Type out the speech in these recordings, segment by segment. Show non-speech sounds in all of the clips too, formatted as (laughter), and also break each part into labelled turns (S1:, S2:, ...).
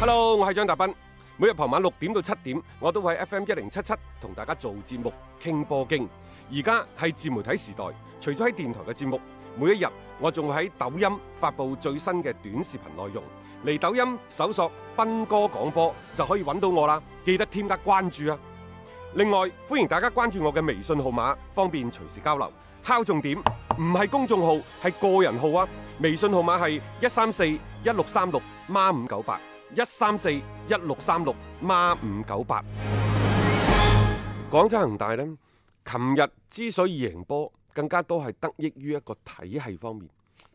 S1: Hello，我係張達斌。每日傍晚六點到七點，我都會喺 FM 一零七七同大家做節目傾波經。而家係自媒體時代，除咗喺電台嘅節目，每一日我仲會喺抖音發布最新嘅短視頻內容。嚟抖音搜索斌哥廣播就可以揾到我啦，記得添加關注啊！另外，歡迎大家關注我嘅微信號碼，方便隨時交流。敲重點，唔係公眾號，係個人號啊！微信號碼係一三四一六三六孖五九八，一三四一六三六孖五九八。廣州恒大呢，琴日之所以贏波，更加多係得益於一個體系方面、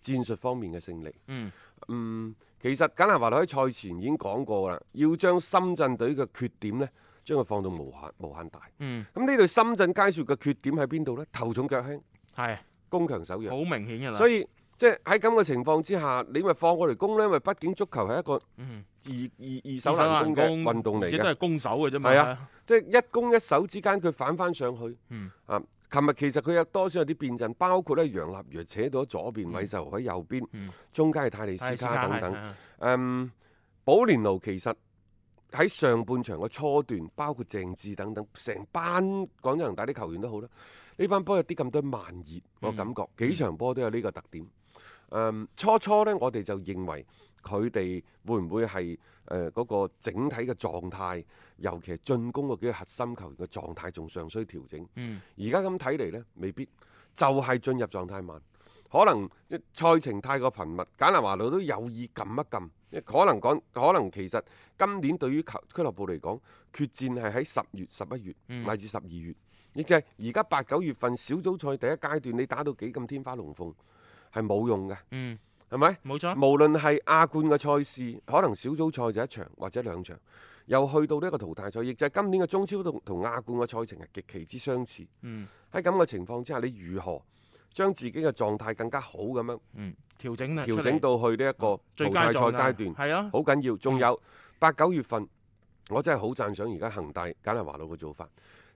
S1: 戰術方面嘅勝利。
S2: 嗯
S1: 嗯，其實簡拿華喺賽前已經講過啦，要將深圳隊嘅缺點呢，將佢放到無限無限大。
S2: 嗯，
S1: 咁呢隊深圳佳雪嘅缺點喺邊度呢？頭重腳輕，
S2: 係
S1: 攻強守弱。
S2: 好明顯㗎啦。
S1: 所
S2: 以
S1: 以即係喺咁嘅情況之下，你咪放我嚟攻呢？因為畢竟足球係一個
S2: 嗯，
S1: 二二二手難攻嘅運動嚟
S2: 而且都
S1: 嘅，
S2: 係攻守嘅啫嘛。
S1: 係啊，即係一攻一守之間佢反翻上去。
S2: 嗯
S1: 啊，琴日其實佢有多少有啲變陣，包括咧楊立如扯到左邊，韋秀豪喺右邊，
S2: 嗯
S1: 中間係嗯泰利斯
S2: 係斯
S1: 卡
S2: 卡
S1: 等
S2: 係
S1: 等。
S2: 係
S1: 嗯，保連奴其實喺上半場嘅初段，包括鄭智等等，成班廣州恒大啲球員都好啦。呢班波有啲咁多慢熱，我感覺、幾場波都有呢個特點。嗯，初初呢，我哋就認為佢哋會唔會係誒嗰個整體嘅狀態，尤其係進攻嗰幾個核心球員嘅狀態，仲尚需調整。
S2: 嗯
S1: 而家咁睇嚟呢，未必就係進入狀態慢，可能即係賽程太過頻密，簡拿華路都有意撳一撳，因為可能講可能其實今年對於球俱樂部嚟講，決戰係喺十月、十一月
S2: 嗯
S1: 乃至十二月，亦就係而家八九月份小組賽第一階段，你打到幾咁天花龍鳳係冇用嘅，
S2: 嗯，
S1: 係咪？
S2: 冇錯。
S1: 無論係亞冠嘅賽事，可能小組賽就一場或者兩場，又去到呢一個淘汰賽，亦就係今年嘅中超同同亞冠嘅賽程係極其之相似。
S2: 嗯
S1: 喺咁嘅情況之下，你如何將自己嘅狀態更加好咁樣
S2: 嗯，調整啦，
S1: 調整到去呢一個
S2: 最
S1: 淘
S2: 佳
S1: 汰賽
S2: 狀態
S1: 階段，
S2: 係啊，
S1: 好緊要。仲
S2: 嗯
S1: 有八九月份，我真係好讚賞而家恒大簡拿華路嘅做法，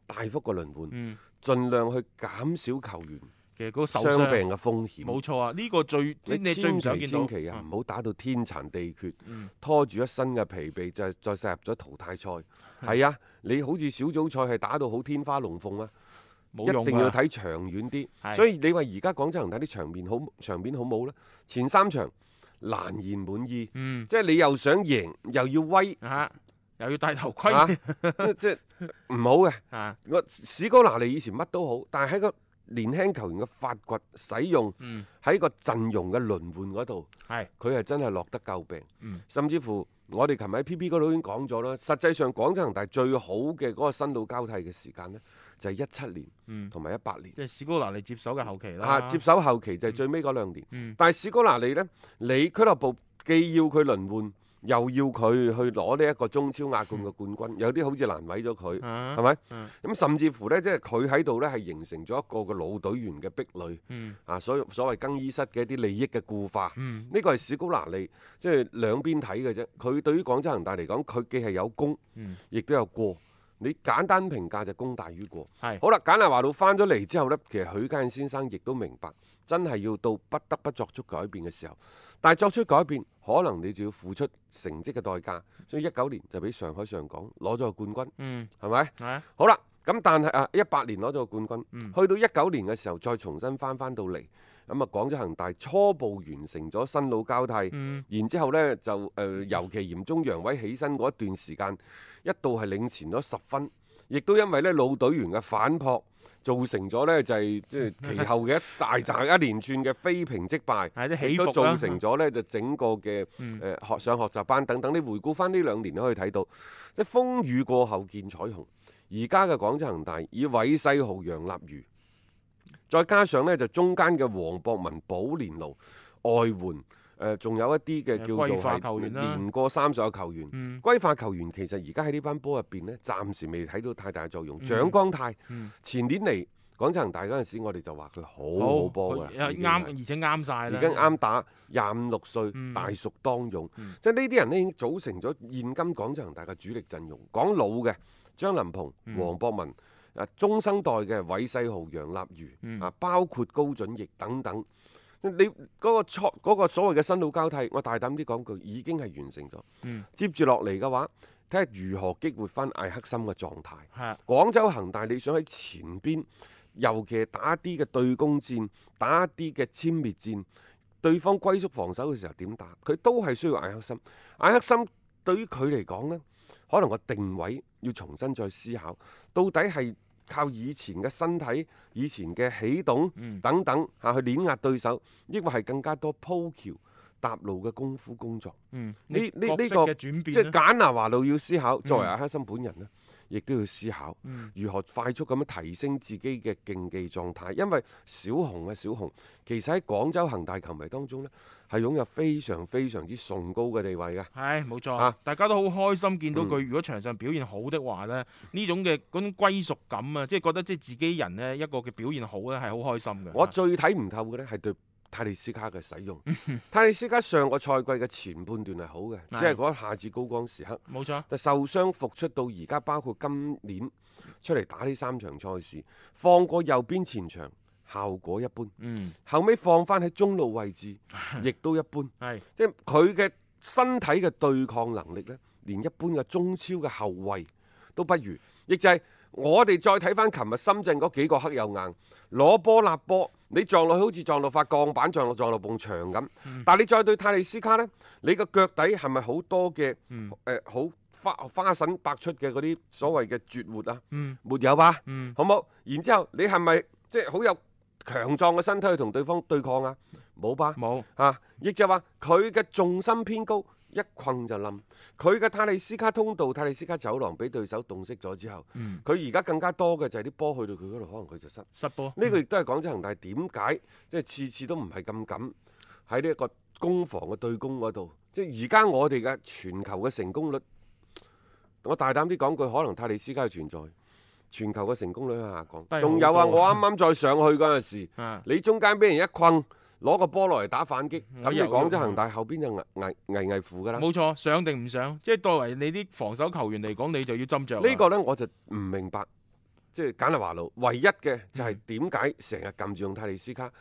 S1: 大幅嘅輪換，
S2: 嗯，
S1: 盡量去減少球員
S2: 其實嗰個受
S1: 傷
S2: 傷
S1: 病嘅風險
S2: 冇。錯啊，呢個最即係你最
S1: 千
S2: 唔想
S1: 祈
S2: 見
S1: 千
S2: 到
S1: 祈啊，
S2: 嗯
S1: 唔好打到天殘地缺，
S2: 嗯
S1: 拖住一身嘅疲憊，就係再殺入咗淘汰賽。
S2: 嗯
S1: 係啊，你好似小組賽係打到好天花龍鳳啊，
S2: 冇用
S1: 一定要
S2: 㗎
S1: 睇長遠啲。
S2: 係
S1: 所以你話而家廣州恒大啲場面好場面好冇呢？前三場難言滿意，
S2: 嗯
S1: 即係你又想贏又要威 (laughs)
S2: 啊，又要戴頭盔
S1: 啊，即係唔好嘅。
S2: 啊，
S1: 我史高拿利以前乜都好，但係喺個年輕球員嘅發掘、使用
S2: 嗯
S1: 喺個陣容嘅輪換嗰度，
S2: 係
S1: 佢係真係落得救病。
S2: 嗯
S1: 甚至乎我哋琴日喺 PP 嗰度已經講咗啦，實際上廣州恒大最好嘅嗰個新老交替嘅時間呢，就係一七年
S2: 嗯，
S1: 同埋一八年
S2: 即係史高拿嚟接手嘅後期啦。
S1: 啊，接手後期就係最尾嗰兩年。
S2: 嗯
S1: 但係史高拿利呢，你俱樂部既要佢輪換，又要佢去攞呢一個中超亞冠嘅冠軍，有啲好似難為咗佢，
S2: 啊
S1: 係咪？
S2: 嗯
S1: 咁甚至乎呢，即係佢喺度呢，係形成咗一個個老隊員嘅壁壘
S2: 嗯
S1: 啊，所以所謂更衣室嘅一啲利益嘅固化。
S2: 嗯
S1: 呢個係史高拿利，即係兩邊睇嘅啫。佢對於廣州恒大嚟講，佢既係有功，
S2: 嗯
S1: 亦都有過。你簡單評價就功大於過。
S2: 係
S1: 好啦，簡拿華路翻咗嚟之後呢，其實許家印先生亦都明白，真係要到不得不作出改變嘅時候。但係作出改變，可能你就要付出成績嘅代價。所以一九年就俾上海上港攞咗個冠軍，
S2: 嗯
S1: 係咪？
S2: 係啊
S1: 好啦，咁但係啊，一八年攞咗個冠軍，
S2: 嗯
S1: 去到一九年嘅時候再重新翻翻到嚟，咁啊廣州恒大初步完成咗新老交替，
S2: 嗯
S1: 然之後呢，就誒、呃尤其嚴中陽偉起身嗰一段時間，一度係領前咗十分，亦都因為呢老隊員嘅反撲，造成咗呢就係即係其後嘅一大扎一連串嘅非平即敗。
S2: 係啲
S1: 亦
S2: 起
S1: 都
S2: 伏
S1: 造
S2: 啦
S1: 成咗呢，就整個嘅誒
S2: 嗯
S1: 學上學習班等等。你回顧翻呢兩年，你可以睇到，即係風雨過後見彩虹。而家嘅廣州恒大以韋世豪、楊立瑜，再加上呢，就中間嘅黃博文、保連奴、外援，誒、仲有一啲嘅
S2: 誒
S1: 叫做
S2: 歸化
S1: 係
S2: 球員啦
S1: 年過三十嘅球員。
S2: 嗯。
S1: 歸化球員其實而家喺呢班波入邊呢，暫時未睇到太大作用。
S2: 嗯
S1: 蔣光泰
S2: 嗯
S1: 前年嚟廣州恒大嗰陣時，我哋就話佢好好
S2: 好
S1: 波㗎
S2: 佢
S1: 啦，
S2: 誒
S1: 已經係
S2: 啱，而且啱晒啦，
S1: 已經啱打廿五六歲，
S2: 嗯
S1: 大熟當用，
S2: 嗯
S1: 即係呢啲人呢已經組成咗現今廣州恒大嘅主力陣容。講老嘅張林鵬、
S2: 嗯
S1: 黃博文，啊中生代嘅韋世豪、楊立瑜，
S2: 嗯
S1: 啊包括高準翼等等，你嗰個錯嗰個所謂嘅新老交替，我大膽啲講句，已經係完成咗。
S2: 嗯
S1: 接住落嚟嘅話，睇下如何激活翻艾克森嘅狀態。
S2: 係啊
S1: 廣州恒大你想喺前邊，尤其係打一啲嘅對攻戰，打一啲嘅殲滅戰，對方龜縮防守嘅時候點打，佢都係需要艾克森。艾克森對於佢嚟講呢，可能個定位要重新再思考，到底係靠以前嘅身體、以前嘅起動
S2: 嗯
S1: 等等嚇、去碾壓對手，抑或係更加多鋪橋搭路嘅功夫工作。
S2: 嗯，
S1: 呢
S2: 你
S1: 呢
S2: 角
S1: 呢
S2: 色
S1: 個
S2: 嘅轉
S1: 即係
S2: 變啦，
S1: 簡拿華路要思考，作為
S2: 嗯
S1: 艾克森本人呢，亦都要思考。
S2: 嗯
S1: 如何快速咁樣提升自己嘅競技狀態，因為小紅啊小紅，其實喺廣州恒大球迷當中呢，係擁有非常非常之崇高嘅地位嘅。
S2: 係冇錯，
S1: 啊
S2: 大家都好開心見到佢。
S1: 嗯
S2: 如果場上表現好的話咧，呢種嘅嗰種歸屬感啊，即係覺得即係自己人呢一個嘅表現好咧，係好開心嘅。啊
S1: 我最睇唔透嘅呢，係對泰利斯卡嘅使用。泰利斯卡上個賽季嘅前半段係好嘅，只係
S2: 係
S1: 嗰一下子高光時刻。
S2: 冇錯，
S1: 但受傷復出到而家，包括今年出嚟打呢三場賽事，放過右邊前場效果一般，
S2: 嗯
S1: 後尾放翻喺中路位置亦都一般。
S2: 係
S1: 即係佢嘅身體嘅對抗能力呢，連一般嘅中超嘅後衞都不如。亦就係我哋再睇翻琴日深圳嗰幾個黑又硬，攞波立波，你撞落去好似撞落塊鋼板，撞落撞落埲牆咁。但係你再對泰利斯卡呢，你個腳底係咪好多嘅
S2: 嗯
S1: 誒好花花神百出嘅嗰啲所謂嘅絕活啊？
S2: 嗯
S1: 沒有吧？
S2: 嗯
S1: 好冇？然之後你係咪即係好有強壯嘅身體去同對方對抗啊？冇吧？
S2: 冇
S1: 啊，亦就話佢嘅重心偏高，一困就冧。佢嘅泰利斯卡通道、泰利斯卡走廊俾對手洞悉咗之後，
S2: 嗯
S1: 佢而家更加多嘅就係啲波去到佢嗰度，可能佢就失。呢、
S2: 失波
S1: 個亦都係廣州恒大點解即係次次都唔係咁敢喺呢一個攻防嘅對攻嗰度。即係而家我哋嘅全球嘅成功率，我大膽啲講句，可能泰利斯卡嘅存在，全球嘅成功率向下
S2: 低好
S1: 降。仲有啊，
S2: 多
S1: 我啱啱再上去嗰陣時。
S2: 啊
S1: 你中間俾人一困，攞個波落嚟打反擊，
S2: 嗯
S1: 咁你
S2: 有
S1: 廣
S2: 用
S1: 州
S2: 啊
S1: 恒大後邊就危危危危乎㗎啦。
S2: 冇錯，上定唔上，即係作為你啲防守球員嚟講，你就要斟酌啦
S1: 呢個呢，我就唔明白，即係簡立華路唯一嘅就
S2: 嗯
S1: 係點解成日撳住用泰利斯卡，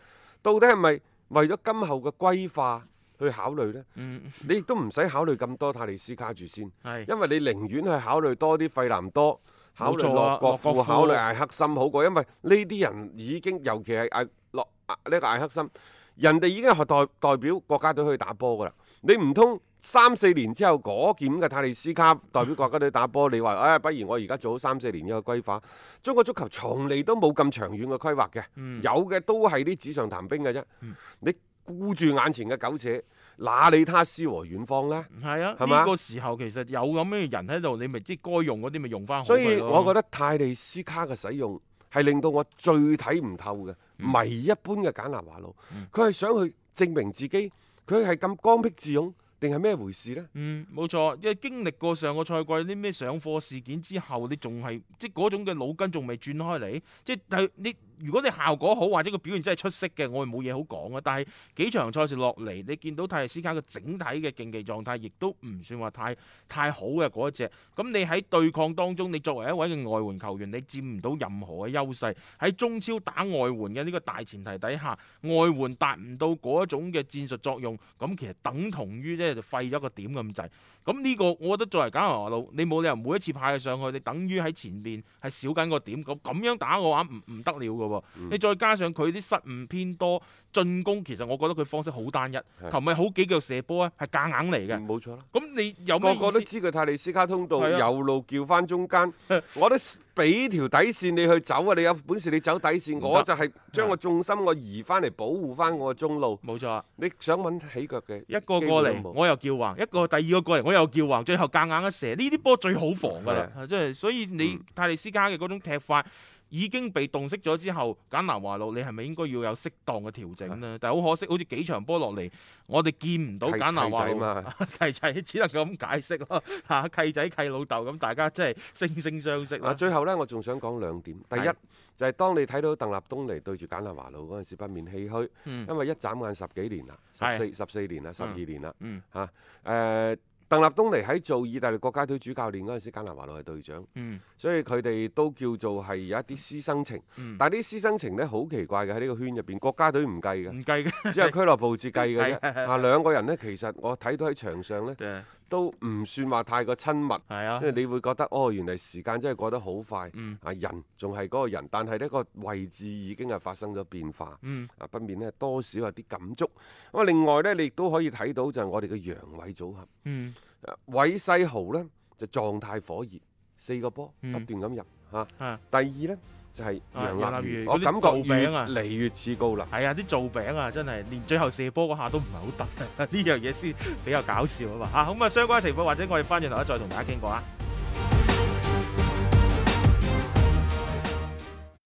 S1: 到底係咪為咗今後嘅規化去考慮呢？
S2: 嗯
S1: 你亦都唔使考慮咁多泰利斯卡住先，
S2: 係
S1: 因為你寧願去考慮多啲費南多。考
S2: 冇
S1: 慮
S2: 錯啊
S1: 洛國
S2: 洛國
S1: 富，
S2: 富
S1: 考慮艾克森好過，因為呢啲人已經，尤其係艾洛啊呢個艾克森，人哋已經係代代表國家隊去打波噶啦。你唔通三四年之後嗰件嘅泰利斯卡代表國家隊打波，你話誒、哎不如我而家做好三四年一個規劃？中國足球從嚟都冇咁長遠嘅規劃嘅，
S2: 嗯
S1: 有嘅都係啲紙上談兵嘅啫
S2: 嗯。
S1: 你顧住眼前嘅苟且，哪理他詩和遠方呢？
S2: 係啊，
S1: 係嘛
S2: 呢個時候其實有咁嘅人喺度，你咪即係該用嗰啲咪用翻好
S1: 所以
S2: 佢咯
S1: 我覺得泰利斯卡嘅使用係令到我最睇唔透嘅迷一般嘅簡拿華路
S2: 嗯，
S1: 佢係、想去證明自己，佢係咁剛愎自擁定係咩回事呢？
S2: 嗯，冇錯，因為經歷過上個賽季啲咩上課事件之後，你仲係即係嗰種嘅腦筋仲未轉開嚟，即係但係你如果你效果好或者個表現真係出色嘅，我係冇嘢好講啊。但係幾場賽事落嚟，你見到泰利斯卡嘅整體嘅競技狀態，亦都唔算話太太好嘅嗰一隻。咁你喺對抗當中，你作為一位嘅外援球員，你佔唔到任何嘅優勢。喺中超打外援嘅呢個大前提底下，外援達唔到嗰一種嘅戰術作用，咁其實等同於咧就廢咗個點咁滯。咁呢個我覺得作為簡拿華路，你冇理由每一次派佢上去，你等於喺前面係少緊個點，咁咁樣打嘅話唔唔得了嘅喎。
S1: 嗯
S2: 你再加上佢啲失誤偏多，進攻其實我覺得佢方式好單一，
S1: 係
S2: 琴日好幾腳射波啊係夾硬嚟嘅。
S1: 冇錯啦。
S2: 咁你有咩
S1: 個
S2: 意
S1: 個都
S2: 思？
S1: 知佢泰利斯卡通道
S2: 係啊
S1: 右路叫翻中間， (laughs) 我都俾條底線你去走啊！你有本事你走底線，
S2: 唔得
S1: 我就係將個重心我移翻嚟保護翻我嘅中路。
S2: 冇錯啊，
S1: 你想揾起腳嘅
S2: 一個
S1: 基本
S2: 過
S1: 都
S2: 嚟
S1: 冇
S2: 我又叫橫，一個第二個過嚟我又叫橫，最後夾硬一射，呢啲波最好防㗎啦，即係所以你
S1: 嗯
S2: 泰利斯加嘅嗰種踢法已經被洞悉咗之後，簡南華路你係咪應該要有適當嘅調整呢？但係好可惜，好似幾場波落嚟，我哋見唔到
S1: 啊契
S2: 簡南華
S1: 契仔
S2: 路
S1: 嘛。
S2: (laughs) 契仔，只能夠咁解釋
S1: (laughs)
S2: 咯嚇，契仔契老豆咁，大家真係惺惺相惜
S1: 嗱，
S2: 啦。
S1: 最後呢，我仲想講兩點。第一
S2: 啊係
S1: 就係當你睇到鄧立東嚟對住簡立華路嗰陣時，不免唏噓，
S2: 嗯
S1: 因為一眨眼十幾年啦，十
S2: 係
S1: 四十四年啦，十二年啦，
S2: 嗯
S1: 誒、鄧立東尼喺做意大利國家隊主教練嗰陣時，加拿華路係隊長，
S2: 嗯
S1: 所以佢哋都叫做係有一啲師生情。
S2: 嗯，
S1: 但係啲師生情呢，好奇怪嘅喺呢個圈入邊，國家隊唔計嘅，
S2: 唔
S1: (laughs)
S2: 計嘅
S1: 只有俱樂部至計嘅啫。
S2: 係係嗯 (laughs) 係
S1: 啊，兩個人呢，其實我睇到喺場上呢，
S2: 誒，
S1: 都唔算話太過親密，
S2: 係啊
S1: 即，係你會覺得哦，原嚟時間真係過得好快。
S2: 嗯
S1: 啊，人仲係嗰個人，但係呢個位置已經係發生咗變化。
S2: 嗯
S1: 啊，不免呢，多少有啲感觸。咁啊，另外呢，你亦都可以睇到就係我哋嘅陽痿組合。
S2: 嗯，
S1: 誒韋世豪呢，就狀態火熱，四個波不
S2: 嗯
S1: 斷咁入嚇。
S2: 係
S1: 第二呢，就係楊立瑜，
S2: 啊
S1: 我
S2: 楊立
S1: 感覺
S2: 瑜嗰啲做
S1: 越
S2: 餅啊
S1: 嚟越似高林。
S2: 係啊，啲造餅啊，真係連最後射波嗰下都唔係好得啊，呢樣嘢先比較搞笑啊嘛嚇。咁啊，相關情況或者我哋翻轉頭咧再同大家傾過啊。